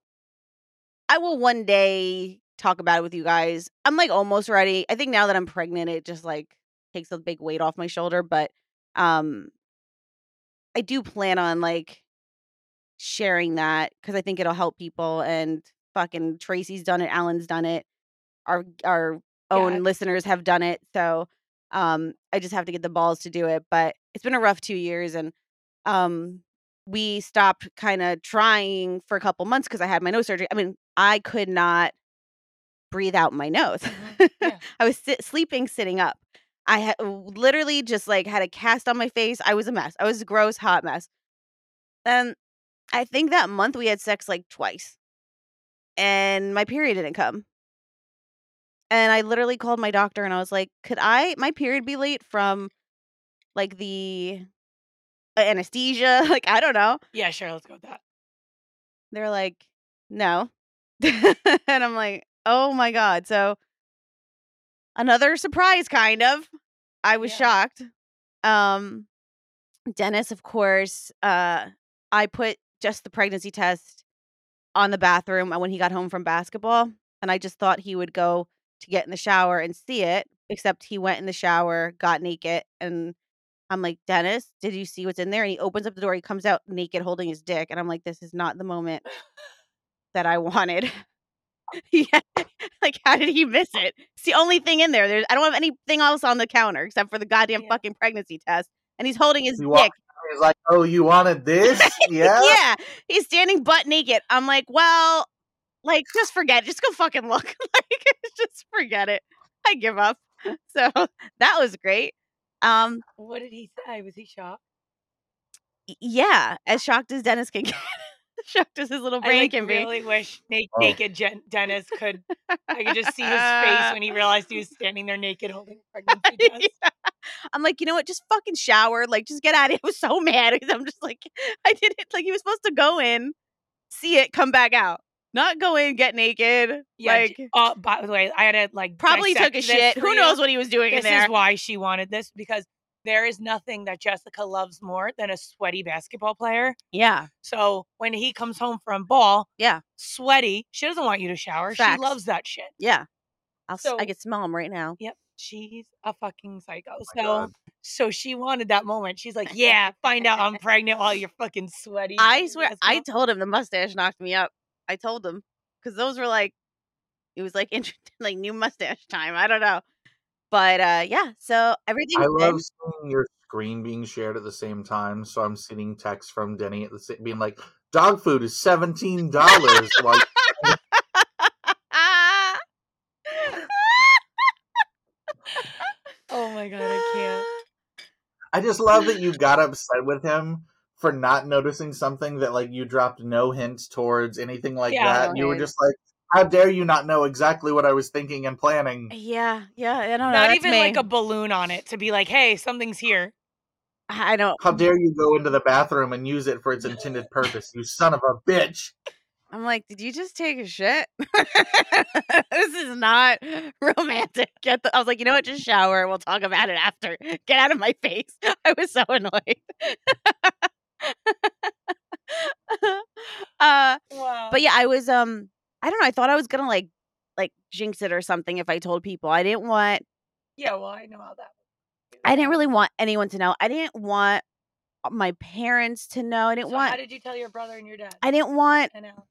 S3: I will one day talk about it with you guys. I'm like almost ready. I think now that I'm pregnant, it just like takes a big weight off my shoulder. But um, I do plan on like sharing that because I think it'll help people. And fucking Tracy's done it, Alan's done it, our our own
S4: Yeah.
S3: listeners have done it. So um, I just have to get the balls to do it. But it's been a rough two years, and um, we stopped kind of trying for a couple months because I had my nose surgery. I mean, I could not breathe out my nose.
S4: Mhm. Yeah.
S3: I was sit- sleeping sitting up. I had literally just like had a cast on my face. I was a mess. I was a gross, hot mess. And I think that month we had sex like twice, and my period didn't come. And I literally called my doctor and I was like, "Could I my period be late from like the anesthesia? Like I don't know."
S4: Yeah, sure. Let's go with that.
S3: They're like, "No," and I'm like, "Oh my god!" So another surprise, kind of. I was
S4: Yeah.
S3: shocked. Um, Dennis, of course, uh, I put just the pregnancy test on the bathroom uh, when he got home from basketball, and I just thought he would go to get in the shower and see it. Except he went in the shower, got naked, and I'm like, Dennis, did you see what's in there? And he opens up the door, he comes out naked, holding his dick, and I'm like, this is not the moment that I wanted. yeah. Like, how did he miss it? It's the only thing in there. There's I don't have anything else on the counter except for the goddamn
S4: Yeah.
S3: fucking pregnancy test. And he's holding his
S5: He
S3: dick.
S5: walked It's like, oh, you wanted this? Yeah.
S3: yeah. He's standing butt naked. I'm like, well, like, just forget it. Just go fucking look. like, just forget it. I give up. So that was great. Um,
S4: What did he say? Was he shocked?
S3: y- yeah, as shocked as Dennis can get shocked as his little
S4: I
S3: brain
S4: like,
S3: can be.
S4: really wish na-
S5: Oh.
S4: naked Jen- Dennis could. I could just see his face when he realized he was standing there naked holding a pregnancy test.
S3: I'm like, you know what? Just fucking shower. Like, just get out of here. I was so mad. 'cause I'm just like, I did it. Like, he was supposed to go in, see it, come back out. Not go in, get naked.
S4: Yeah.
S3: like,
S4: j- oh, by the way, I had to like
S3: probably took a
S4: dissect this
S3: shit.
S4: for
S3: Who
S4: you.
S3: knows what he was doing in
S4: This
S3: there?
S4: is why she wanted this because there is nothing that Jessica loves more than a sweaty basketball player.
S3: yeah.
S4: So when he comes home from ball,
S3: Yeah.
S4: sweaty, she doesn't want you to shower.
S3: Facts.
S4: She loves that shit.
S3: Yeah. I'll, s-
S4: So-
S3: I could smell him right now.
S4: Yep, she's a fucking psycho.
S3: Oh
S5: Oh my
S4: so
S5: God.
S4: so she wanted that moment. She's like, yeah, find out I'm pregnant while you're fucking sweaty.
S3: I
S4: playing
S3: swear, I
S4: basketball."
S3: told him the mustache knocked me up. I told him because those were like, it was like int- like new mustache time. I don't know, but uh yeah. So everything.
S5: I love seeing your screen being shared at the same time. So I'm seeing texts from Denny at the sa- being like, "Dog food is seventeen dollars." like,
S4: Oh my god, I can't.
S5: I just love that you got upset with him for not noticing something that like you dropped no hints towards anything like
S4: Yeah,
S5: that.
S3: no
S5: you were
S3: hints.
S5: just like, "How dare you not know exactly what I was thinking and planning?"
S3: Yeah, yeah. I don't know.
S4: Not
S3: that's
S4: even
S3: me.
S4: like a balloon on it to be like, hey, something's here.
S3: I I don't.
S5: How dare you go into the bathroom and use it for its intended purpose, you son of a bitch!
S3: I'm like, did you just take a shit? this is not romantic. Get the, I was like, you know what? Just shower. We'll talk about it after. Get out of my face. I was so annoyed. uh,
S4: Wow.
S3: but yeah, I was. Um, I don't know. I thought I was gonna like, like jinx it or something if I told people. I didn't want.
S4: yeah, well, I know how that.
S3: I didn't really want anyone to know. I didn't want my parents to know. I didn't
S4: So
S3: want.
S4: how did you tell your brother and your dad?
S3: I didn't want
S4: I know.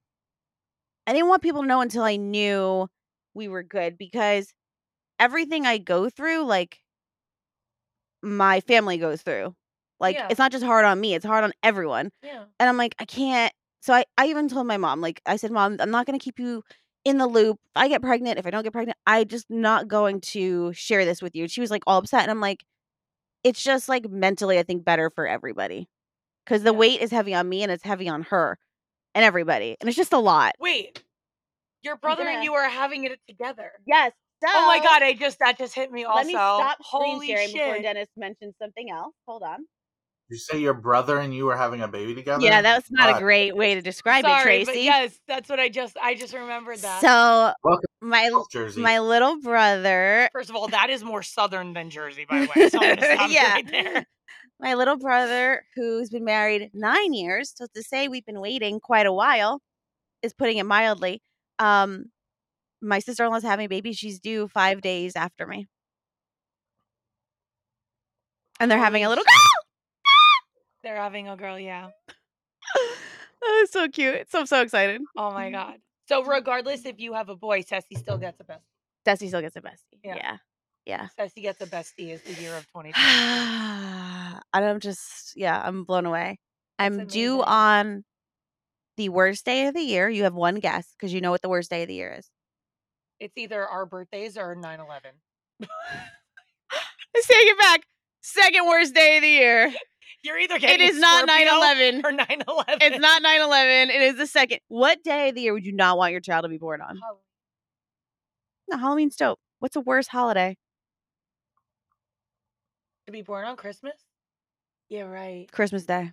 S3: I didn't want people to know until I knew we were good because everything I go through, like my family goes through. Like
S4: Yeah.
S3: it's not just hard on me, it's hard on everyone.
S4: Yeah.
S3: And I'm like, I can't so I, I even told my mom, like I said, Mom, I'm not gonna keep you in the loop. If I get pregnant, if I don't get pregnant, I just not going to share this with you. And she was like all upset. And I'm like, it's just like mentally, I think better for everybody. Cause the
S4: Yeah.
S3: weight is heavy on me and it's heavy on her and everybody. And it's just a lot.
S4: Wait. Your brother
S3: gonna-
S4: and you are having it together.
S3: Yes.
S4: Oh my
S3: so-
S4: god, I just that just hit me also.
S3: Let me stop screen
S4: Holy
S3: sharing before
S4: shit.
S3: Dennis mentions something else. Hold on.
S5: You say your brother and you are having a baby together.
S3: Yeah, that was not a
S5: God.
S3: great way to describe
S4: Sorry,
S3: it,
S4: but
S3: Tracy.
S4: yes, that's what I just I just remembered that.
S3: so
S5: Welcome
S3: my
S5: to Jersey.
S3: my little brother,
S4: First of all, that is more southern than Jersey, by the way. So I'm gonna stop you
S3: Yeah.
S4: right there.
S3: my little brother who's been married nine years, so to say we've been waiting quite a while, is putting it mildly. Um, my sister in law's having a baby. She's due five days after me, and they're having a
S4: Holy
S3: little
S4: shit.
S3: girl.
S4: They're having a girl, yeah.
S3: oh, it's so cute. So I'm so excited. Mm-hmm.
S4: Oh my god. So regardless if you have a boy, Sassy still gets a best.
S3: Desi still gets a bestie.
S4: Yeah.
S3: yeah. yeah.
S4: Sassy gets a bestie is the year of 2020.
S3: and I'm just, yeah, I'm blown away. I'm due
S4: amazing.
S3: on the worst day of the year. You have one guess because you know what the worst day of the year is.
S4: it's either our birthdays or 9-11.
S3: I take it back. Second worst day of the year.
S4: You're either
S3: It
S4: getting
S3: is not 9 11.
S4: or 9-11.
S3: It's not 9 11. It is the second. What day of the year would you not want your child to be born on?
S4: Oh,
S3: No, Halloween's dope. What's a worse holiday?
S4: to be born on Christmas? Yeah, right.
S3: Christmas Day.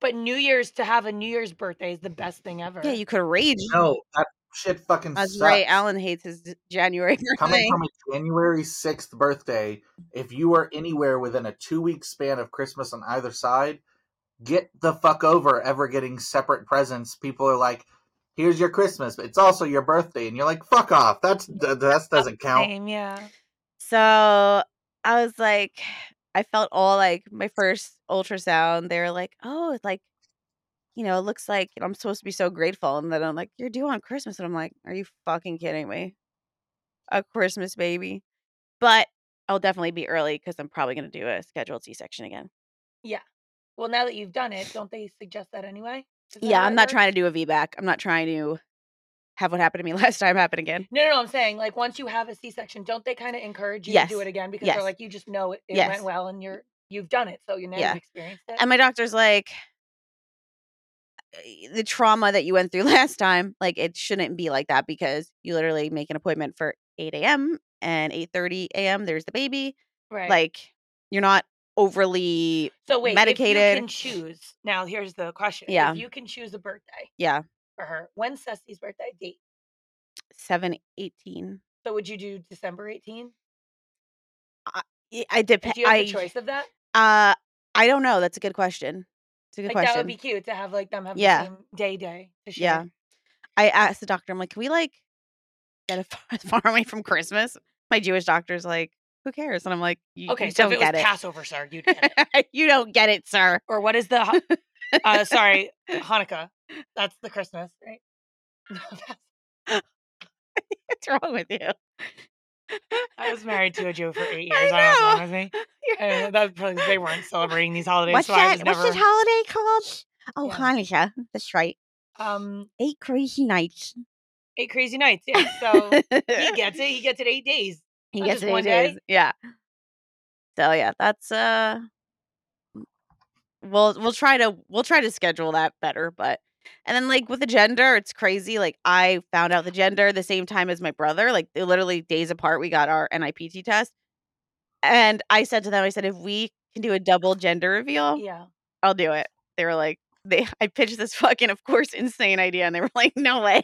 S4: But New Year's to have a New Year's birthday is the best thing ever.
S3: Yeah, you could rage.
S5: no, that shit fucking.
S3: That's
S5: sucks.
S3: right. Alan hates his d- January.
S5: Coming
S3: birthday.
S5: from a January 6th birthday, if you are anywhere within a two week span of Christmas on either side, get the fuck over ever getting separate presents. People are like, here's your Christmas, but it's also your birthday. And you're like, fuck off. That's, th- that doesn't count.
S4: Same, yeah.
S3: So I was like, I felt all like my first ultrasound. They were like, oh, it's like, you know, it looks like I'm supposed to be so grateful. And then I'm like, you're due on Christmas. And I'm like, are you fucking kidding me? A Christmas baby. But I'll definitely be early because I'm probably going to do a scheduled C section again.
S4: Well, now that you've done it, don't they suggest that anyway? Is that
S3: yeah,
S4: how
S3: I'm
S4: it
S3: not
S4: works?
S3: trying to do a VBAC. I'm not trying to have what happened to me last time happen again.
S4: No, no, no, I'm saying like once you have a C-section, don't they kind of encourage you to
S3: Yes.
S4: do it again because
S3: Yes.
S4: they're like you just know it, it
S3: Yes.
S4: went well and you're you've done it, so you now
S3: Yeah.
S4: you've experienced it.
S3: And my doctor's like, eh, the trauma that you went through last time, like it shouldn't be like that because you literally make an appointment for 8 a.m. and 8:30 a.m. There's the baby.
S4: Right.
S3: Like you're not overly
S4: so wait, If you
S3: medicated.
S4: can choose. Now here's the question.
S3: Yeah.
S4: If you can choose a birthday
S3: yeah,
S4: for her, when's Ceci's birthday date?
S3: 7:18.
S4: So would you do December 18?
S3: I- I
S4: Do
S3: depend.
S4: you have
S3: I
S4: the choice of that?
S3: uh, I don't know. That's a good question. It's a good
S4: Like
S3: question.
S4: that would be cute to have like them have
S3: Yeah.
S4: the same day day. to share.
S3: Yeah. I asked the doctor, I'm like, can we like get as far, as far away from Christmas? My Jewish doctor's like, who cares? And I'm like, you,
S4: Okay,
S3: you
S4: so
S3: don't
S4: if it
S3: get
S4: was
S3: it.
S4: Passover, sir, you'd get it.
S3: you don't get it, sir.
S4: Or what is the ha- uh, sorry, Hanukkah? That's the Christmas, right? No, that's-
S3: What's wrong with you?
S4: I was married to a Jew for eight
S3: I
S4: years. I don't know what's
S3: know.
S4: wrong with me.
S3: You're-
S4: I don't know, that's probably 'cause they weren't celebrating these holidays,
S3: what's
S4: so I
S3: that?
S4: was
S3: What's
S4: never.
S3: this holiday called? Oh,
S4: Yeah.
S3: Hanukkah. That's right.
S4: um,
S3: Eight crazy nights.
S4: eight crazy nights. Yeah, so Oh, he gets it. He gets it eight days.
S3: He
S4: Oh,
S3: gets
S4: just
S3: it eight
S4: one day?
S3: days. Yeah. So yeah, that's uh we'll we'll try to we'll try to schedule that better, but and then like with the gender, it's crazy. Like I found out the gender the same time as my brother, like they're literally days apart we got our NIPT test. And I said to them, I said, if we can do a double gender reveal,
S4: Yeah.
S3: I'll do it. They were like, they I pitched this fucking of course insane idea and they were like, No way.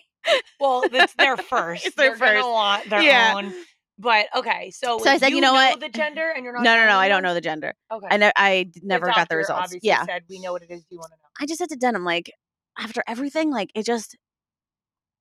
S4: Well, it's their first.
S3: It's their
S4: They're gonna
S3: first.
S4: want their
S3: Yeah.
S4: own. But okay, so
S3: So I said, you know what?
S4: the gender, and you're
S3: No,
S4: not.
S3: no,
S4: telling
S3: no, I don't
S4: anyone?
S3: know the gender.
S4: Okay,
S3: I ne- I d- never got the
S4: doctor
S3: results.
S4: Obviously
S3: Yeah.
S4: said we know what it is. Do you want to know?
S3: I just said to Denim, like, after everything, like, it just,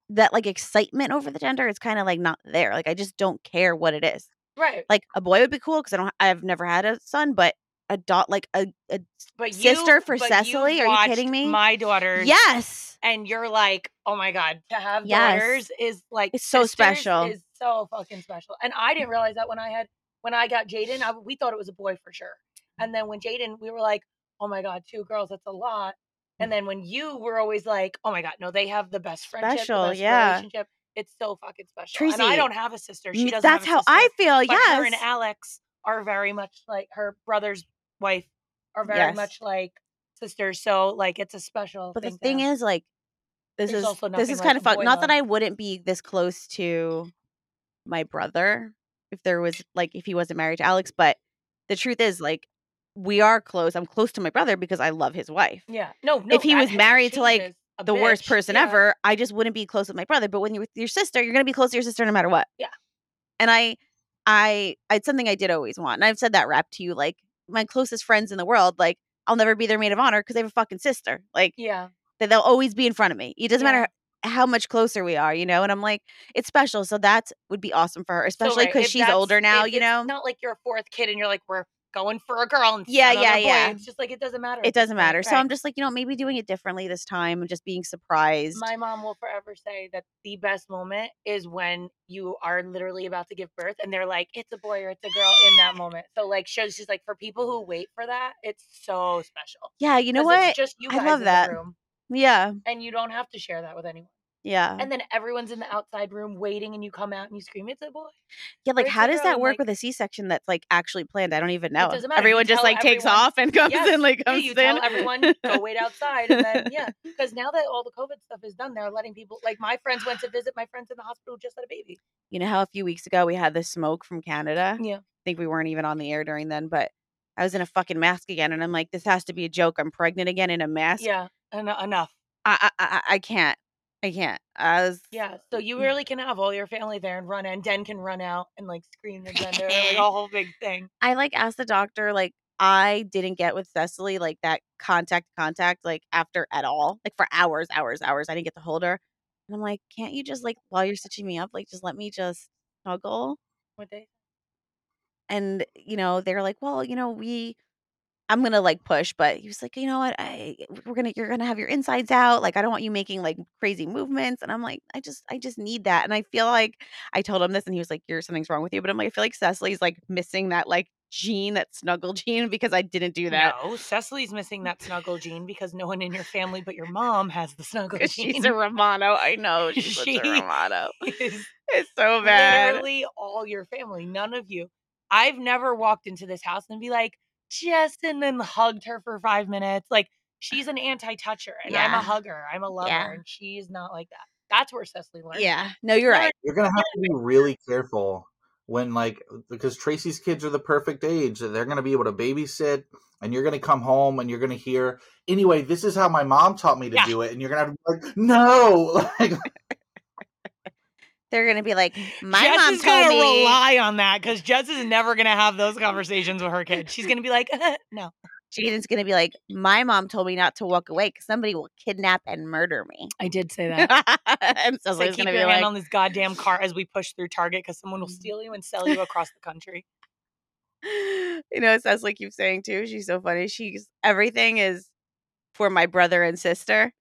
S3: that, like, excitement over the gender is kind of, like, not there. Like, I just don't care what it is.
S4: Right,
S3: Like, a boy would be cool because I don't, I've never had a son, but a dot, like, a, a
S4: but
S3: Sister
S4: you,
S3: for
S4: but
S3: Cecily? Are you
S4: watched
S3: kidding me?
S4: My daughter.
S3: yes.
S4: and you're like, oh my god, to have
S3: Yes.
S4: daughters is like
S3: It's so
S4: sisters
S3: special.
S4: Is so fucking special. And I didn't realize that when I had when I got Jaden, I, we thought it was a boy for sure. And then when Jaden, we were like, oh my god, two girls, that's a lot. And then when you were always like, oh my god, no, they have the best friendship,
S3: Special,
S4: the best
S3: yeah.
S4: relationship. It's so fucking special. and I
S3: Tracy,
S4: don't have a sister. She
S3: Mm,
S4: doesn't.
S3: That's
S4: have
S3: how
S4: a
S3: I
S4: sister,
S3: feel.
S4: But Her and
S3: Yes.
S4: Alex are very much like her brother's wife are very
S3: Yes.
S4: much like sisters. So like it's a special.
S3: But the
S4: to
S3: thing
S4: have.
S3: is, like, this
S4: There's
S3: is,
S4: also
S3: this
S4: nothing
S3: is
S4: like
S3: kind of
S4: a
S3: fun.
S4: boy
S3: Not that
S4: love.
S3: I wouldn't be this close to my brother if there was, like, if he wasn't married to Alex, but the truth is, like, we are close. I'm close to my brother because I love his wife.
S4: Yeah. No, no.
S3: he
S4: that
S3: was
S4: ha-
S3: married to, like,
S4: changes a
S3: the worst
S4: bitch.
S3: person
S4: Yeah.
S3: ever, I just wouldn't be close with my brother. But when you're with your sister, you're gonna be close to your sister no matter what.
S4: Yeah.
S3: And I, I, it's something I did always want, and I've said that rap to you, like my closest friends in the world, like I'll never be their maid of honor because they have a fucking sister, like
S4: Yeah.
S3: that they'll always be in front of me. It doesn't
S4: Yeah.
S3: matter how much closer we are, you know. And I'm like, it's special, so that would be awesome for her,
S4: So,
S3: especially
S4: right,
S3: because
S4: if
S3: she's
S4: that's-
S3: older now,
S4: if
S3: you
S4: it's
S3: know.
S4: Not like you're a fourth kid and you're like, we're going for a girl and
S3: Yeah,
S4: another
S3: yeah,
S4: boy.
S3: yeah.
S4: It's just like it doesn't matter. at
S3: It
S4: this
S3: doesn't
S4: point,
S3: matter. So
S4: right.
S3: I'm just like, you know, maybe doing it differently this time and just being surprised.
S4: my mom will forever say that the best moment is when you are literally about to give birth and they're like, it's a boy or it's a girl in that moment. So like shows she's like for people who wait for that, it's so special.
S3: yeah, you know
S4: 'Cause it's
S3: what?
S4: just you
S3: I
S4: guys
S3: love
S4: in the
S3: that.
S4: room,
S3: Yeah,
S4: and you don't have to share that with anyone.
S3: yeah.
S4: And then everyone's in the outside room waiting, and you come out and you scream, "It's a boy!"
S3: Yeah, like
S4: Where's
S3: how
S4: the
S3: does
S4: girl?
S3: that
S4: I'm
S3: work
S4: like-
S3: with a C-section that's like actually planned? I don't even know.
S4: doesn't matter. You
S3: Everyone just
S4: tell
S3: like takes
S4: everyone-
S3: off and comes
S4: Yes.
S3: in, like
S4: Yeah,
S3: comes
S4: you
S3: in.
S4: tell everyone go wait outside, and then yeah, because now that all the COVID stuff is done, they're letting people. Like my friends went to visit my friends in the hospital who just had a baby.
S3: You know how a few weeks ago we had the smoke from Canada?
S4: Yeah.
S3: I think we weren't even on the air during then, but I was in a fucking mask again, and I'm like, this has to be a joke. I'm pregnant again in a mask.
S4: Yeah, en- enough.
S3: I I I, I can't. I can't. I was.
S4: Yeah, so you
S3: Mm-hmm.
S4: really can have all your family there and run, and Den can run out and like scream the gender, like a whole big thing.
S3: I like asked the doctor like I didn't get with Cecily like that contact contact like after at all like for hours hours hours I didn't get to hold her and I'm like can't you just like while you're stitching me up like just let me just snuggle
S4: What they?
S3: and you know they're like well you know we I'm gonna like push but he was like you know what I we're gonna you're gonna have your insides out like I don't want you making like crazy movements and I'm like I just I just need that and I feel like I told him this and he was like you're something's wrong with you but I'm like I feel like Cecily's like missing that like gene that snuggle gene because I didn't do that
S4: No, Cecily's missing that snuggle gene because no one in your family but your mom has the snuggle gene.
S3: 'Cause she's a Romano. I know she's
S4: She-
S3: such a Romano.
S4: Is
S3: It's so bad.
S4: Literally all your family, none of you. I've never walked into this house and be like, Jess, and then hugged her for five minutes. Like she's an anti-toucher and I'm
S3: Yeah.
S4: a hugger. I'm a lover
S3: Yeah.
S4: and she's not like that. That's where Cecily learned.
S3: Yeah. No, you're right.
S5: You're gonna have to be really careful when like because Tracy's kids are the perfect age. that They're gonna be able to babysit, and you're gonna come home and you're gonna hear anyway. This is how my mom taught me to
S4: Yeah.
S5: do it, and you're gonna have to be like, no, like,
S3: They're gonna be like, my
S4: Jess
S3: mom
S4: is
S3: told
S4: gonna
S3: me.
S4: rely on that because Jess is never gonna have those conversations with her kids. She's gonna be like, no.
S3: Jaden's gonna be like, my mom told me not to walk away because somebody will kidnap and murder me.
S4: I did say
S3: and
S4: So
S3: Cecily's
S4: keep
S3: gonna
S4: your
S3: be
S4: hand
S3: like, Mm-hmm.
S4: on this goddamn cart as we push through Target because someone will steal you and sell you across the country.
S3: you know, Cecily keeps saying too. She's so funny. She's everything is for my brother and sister,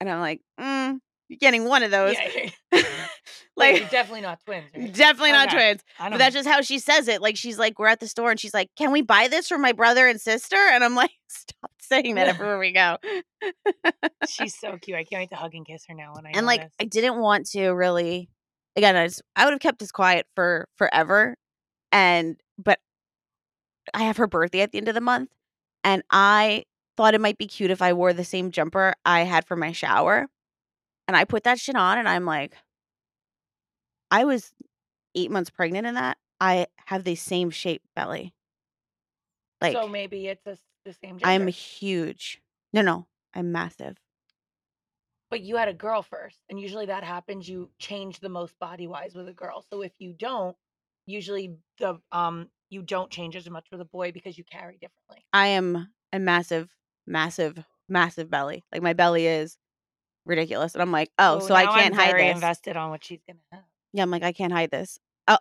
S3: and I'm like, mm, you're getting one of those.
S4: Yeah, yeah, like
S3: like,
S4: you're definitely not twins. right?
S3: definitely not
S4: Okay.
S3: twins.
S4: I
S3: But
S4: don't
S3: that's
S4: know.
S3: just how she says it. Like she's like, we're at the store and she's like, Can we buy this for my brother and sister? And I'm like, stop saying that everywhere we go.
S4: she's so cute. I can't wait to hug and kiss her now. When I
S3: and
S4: know
S3: like
S4: this.
S3: I didn't want to really again, I just I would have kept this quiet for forever. And but I have her birthday at the end of the month and I thought it might be cute if I wore the same jumper I had for my shower. And I put that shit on and I'm like, I was eight months pregnant in that. I have the same shape belly. Like
S4: so maybe it's a, the same. Gender.
S3: I'm huge. No, no, I'm massive.
S4: but you had a girl first, and usually that happens. You change the most body wise with a girl. So if you don't, usually the um you don't change as much with a boy because you carry differently.
S3: I am a massive, massive, massive belly. Like my belly is ridiculous, and I'm like, oh, so I
S4: now
S3: can't
S4: I'm
S3: hide
S4: very
S3: this.
S4: Invested on what she's gonna have.
S3: yeah, I'm like, I can't hide this. Oh,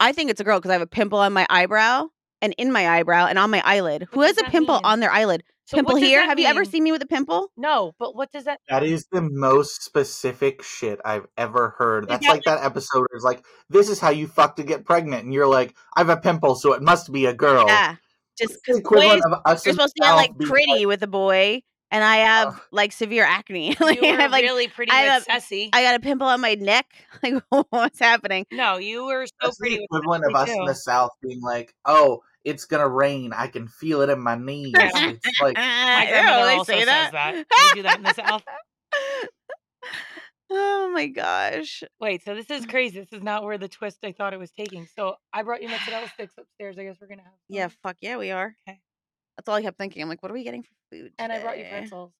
S3: I think it's a girl because I have a pimple on my eyebrow and in my eyebrow and on my eyelid. Who
S4: What
S3: has a
S4: does that
S3: pimple
S4: mean?
S3: on their eyelid?
S4: So what
S3: pimple
S4: does
S3: here.
S4: that
S3: Have you ever
S4: mean?
S3: seen me with a pimple?
S4: No, but what does that?
S5: that is the most specific shit I've ever heard. That's
S3: that
S5: like that episode is like, this is how you fuck to get pregnant, and you're like, I have a pimple, so it must be a girl.
S3: Yeah, just
S5: It's the
S3: because
S5: equivalent of us
S3: you're
S5: in
S3: supposed to get
S5: South
S3: like
S5: being
S3: pretty with a boy, and I have
S5: Ugh.
S3: like severe acne. like,
S4: you
S3: I
S4: were
S3: have like
S4: really pretty
S3: I
S4: with Ceci.
S3: I got a pimple on my neck. Like, what's happening?
S4: no, you were so
S5: That's
S4: pretty
S5: the
S4: with
S5: equivalent of
S4: Ceci,
S5: us in the
S4: too.
S5: South being like, "Oh, it's gonna rain. I can feel it in my knees."
S4: Yeah.
S5: It's like
S4: My
S3: Ew,
S4: grandmother
S3: they
S4: also
S3: say
S4: says
S3: that.
S4: that. They do that in the South.
S3: oh my gosh.
S4: Wait, so this is crazy. This is not where the twist I thought it was taking. So I brought you mozzarella sticks upstairs. I guess we're gonna have.
S3: Yeah,
S4: some.
S3: fuck yeah, we are.
S4: Okay.
S3: That's all I kept thinking. I'm like, what are we getting for food?
S4: And I brought you
S3: today?
S4: pretzels.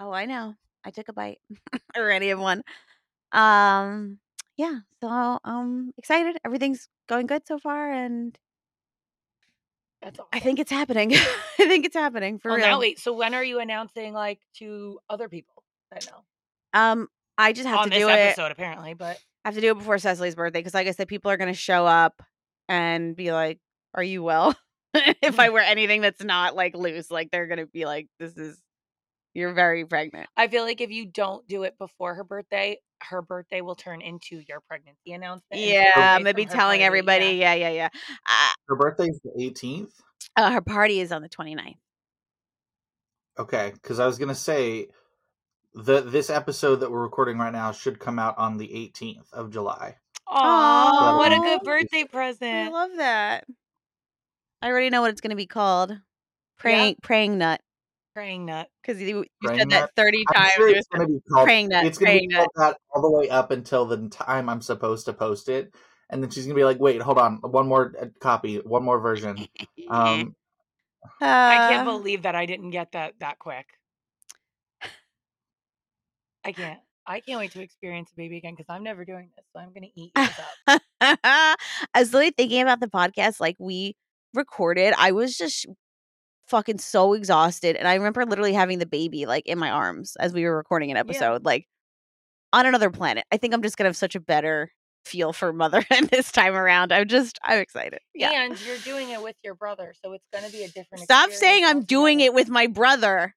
S3: Oh, I know. I took a bite or any of one. Um, yeah. So I'm excited. Everything's going good so far, and
S4: That's all.
S3: I think it's happening. I think it's happening for
S4: well,
S3: real.
S4: now wait. So when are you announcing like to other people? I know
S3: um, I just have
S4: on
S3: to
S4: this
S3: do it.
S4: episode apparently, but
S3: I have to do it before Cecily's birthday because, like I said, people are going to show up and be like, "Are you well?" if I wear anything that's not like loose, like they're going to be like, "This is you're very pregnant."
S4: I feel like if you don't do it before her birthday, her birthday will turn into your pregnancy announcement. and take
S3: Yeah,
S4: away
S3: I'm gonna
S4: from
S3: be
S4: her
S3: telling
S4: party,
S3: everybody.
S4: yeah.
S3: Yeah, yeah, yeah. Uh,
S5: her birthday's the 18th.
S3: uh, her party is on the 29th.
S5: Okay, because I was gonna say the this episode that we're recording right now should come out on the 18th of July.
S4: Aw, what a
S3: Aw.
S4: good birthday
S3: I
S4: present.
S3: love that. I already know what it's gonna be called. Praying, praying nut.
S4: Praying nut.
S3: Because you, you
S5: Praying
S3: said that
S5: nut?
S3: 30
S5: I'm
S3: times.
S5: sure
S3: It
S5: it's
S3: was
S5: gonna be called.
S3: praying nut.
S5: It's gonna
S3: praying
S5: be
S3: nut.
S5: called that all the way up until the time I'm supposed to post it, and then she's gonna be like, "Wait, hold on, one more uh, copy, one more version." Um,
S4: I can't
S3: Uh,
S4: believe that I didn't get that that quick. I can't. I can't wait to experience a baby again because I'm never doing this. So I'm gonna eat you up.
S3: I was literally thinking about the podcast, like we recorded. I was just fucking so exhausted, and I remember literally having the baby like in my arms as we were recording an episode, like on another planet. I think I'm just gonna have such a better feel for motherhood this time around. I'm just, I'm excited. Yeah.
S4: And you're doing it with your brother, so it's gonna be a different.
S3: Stop
S4: experience
S3: saying I'm doing
S4: altogether.
S3: it with my brother.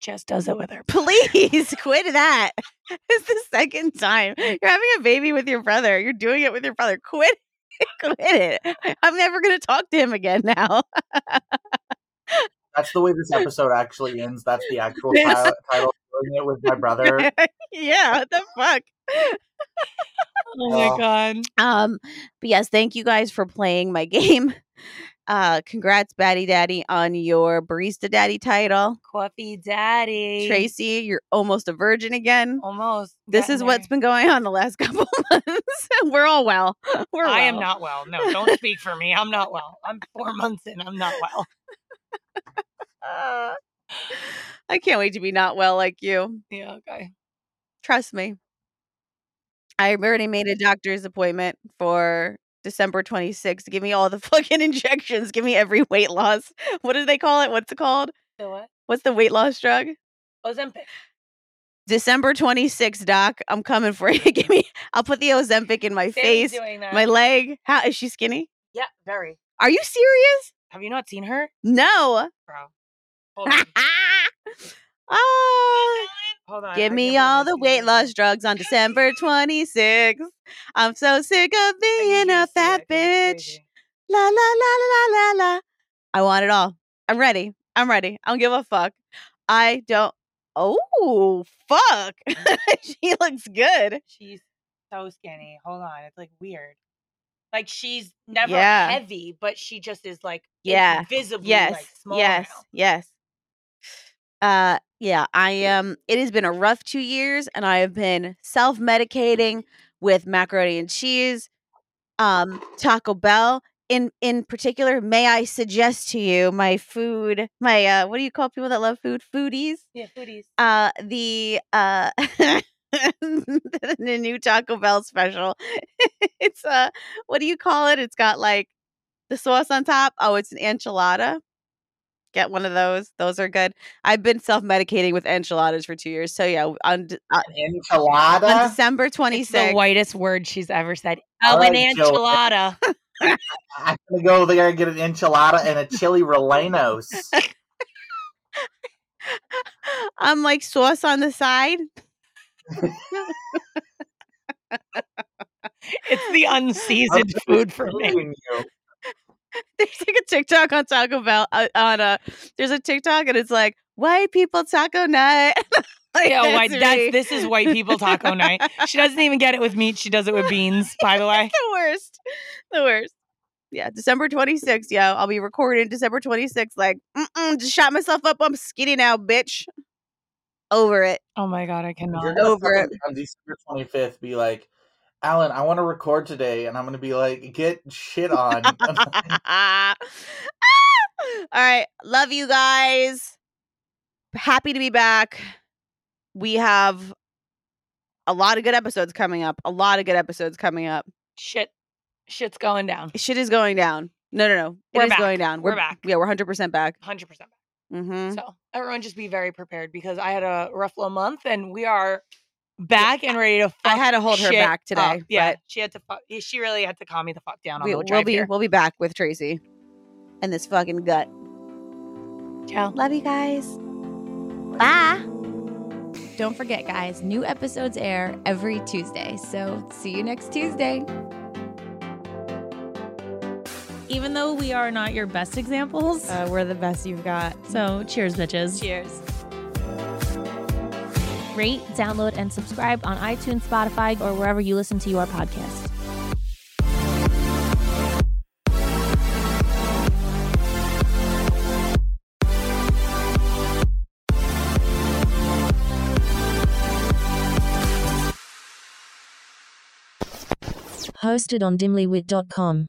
S4: Jess does it with her.
S3: Please quit that. It's the second time you're having a baby with your brother. You're doing it with your brother. Quit. Quit it. I'm never going to talk to him again now.
S5: that's the way this episode actually ends. That's the actual ti-
S3: Yes.
S5: title. Doing it with my brother.
S3: yeah, what the fuck?
S4: Oh
S5: my Well,
S4: god.
S10: Oh
S3: Um, but yes, thank you guys for playing my game. Uh, congrats, Batty Daddy, on your Barista Daddy title.
S4: Coffee Daddy.
S3: Tracy, you're almost a virgin again.
S4: Almost.
S3: This
S4: getting
S3: is
S4: there.
S3: what's been going on the last couple months. We're all well. We're
S4: I am
S3: well.
S4: not well. No, don't speak for me. I'm not well. I'm four months in. I'm not well.
S3: Uh, I can't wait to be not well like you.
S4: Yeah, okay.
S3: Trust me. I already made a doctor's appointment for December 26th. Give me all the fucking injections. Give me every weight loss. What do they call it? What's it called?
S4: So what?
S3: What's the weight loss drug?
S4: Ozempic.
S3: December 26th, Doc. I'm coming for you. Give me. I'll put the Ozempic in my face,
S4: Faye's doing that.
S3: my leg. How is she skinny?
S4: yeah, very.
S3: Are you serious?
S4: Have you not seen her,
S3: No.
S4: bro? Hold on.
S3: Ah.
S4: Hold on.
S3: Give
S4: I
S3: me
S4: her
S3: all
S4: my
S3: the weight
S4: season.
S3: loss drugs on December 26th. I'm so sick of
S4: I need
S3: being
S4: you to
S3: a
S4: see
S3: fat
S4: it 'cause it's
S3: bitch.
S4: crazy.
S3: La la la la la la la. I want it all. I'm ready. I'm ready. I don't give a fuck. I don't. Oh, fuck. she looks good.
S4: She's so skinny. Hold on. It's like weird. Like she's never
S3: Yeah.
S4: heavy, but she just is like
S3: Yeah.
S4: it's visibly
S3: yes
S4: like small
S3: yes
S4: now.
S3: yes uh yeah i um it has been a rough two years and i have been self-medicating with macaroni and cheese um taco bell in in particular may i suggest to you my food my uh what do you call people that love food foodies
S4: Yeah, foodies.
S3: uh the uh the new Taco Bell special. it's uh what do you call it? It's got like the sauce on top. Oh, it's an enchilada. Get one of those. Those are good. I've been self-medicating with enchiladas for 2 years. So yeah, on, De- uh, on
S5: Enchilada.
S3: December
S4: It's the
S3: 26th.
S4: whitest word she's ever said.
S5: All
S4: Oh, an
S5: right, Joey.
S4: enchilada.
S5: I'm gonna go there and get an enchilada and a chili rellenos.
S3: I'm like sauce on the side.
S4: It's the unseasoned food for me.
S5: Including you.
S3: there's like a TikTok on Taco Bell uh, on a there's a TikTok and it's like white people taco night. like,
S4: Yeah, white.
S3: me.
S4: That's this is white people taco night. She doesn't even get it with meat. She does it with beans. By the way,
S3: the worst. The worst. Yeah, December 26th, yo. I'll be recording December 26th. Like, mm-mm, just shot myself up. I'm skinny now, bitch. Over it.
S4: oh my god, I cannot.
S5: You're gonna
S3: over
S5: fucking, on December 25th be like, Alan, I want to record today, and I'm gonna be like, get shit on.
S3: Ah! All right. Love you guys. Happy to be back. We have a lot of good episodes coming up. A lot of good episodes coming up.
S4: Shit, shit's going down.
S3: Shit is going down. No, no, no. It
S4: We're
S3: is
S4: back.
S3: going down.
S4: We're back.
S3: Yeah, we're 100% back.
S4: Hundred percent.
S3: Mm-hmm.
S4: So everyone, just be very prepared because I had a rough little month, and we are back and ready to. Fuck
S3: I had to hold her
S4: shit
S3: back today,
S4: up. Yeah,
S3: but-
S4: she had to. Fuck, yeah, she really had to calm me the fuck down on
S3: we,
S4: the
S3: will
S4: drive
S3: be
S4: here.
S3: we'll be back with Tracy and this fucking gut.
S4: Ciao.
S3: Love you guys. Bye.
S11: Don't forget, guys, new episodes air every Tuesday. So see you next Tuesday.
S2: Even though we are not your best examples,
S10: Uh, we're the best you've got.
S2: so cheers, bitches.
S10: Cheers.
S2: Rate, download, and subscribe on iTunes, Spotify, or wherever you listen to your podcast.
S1: Hosted on dimlywit.com.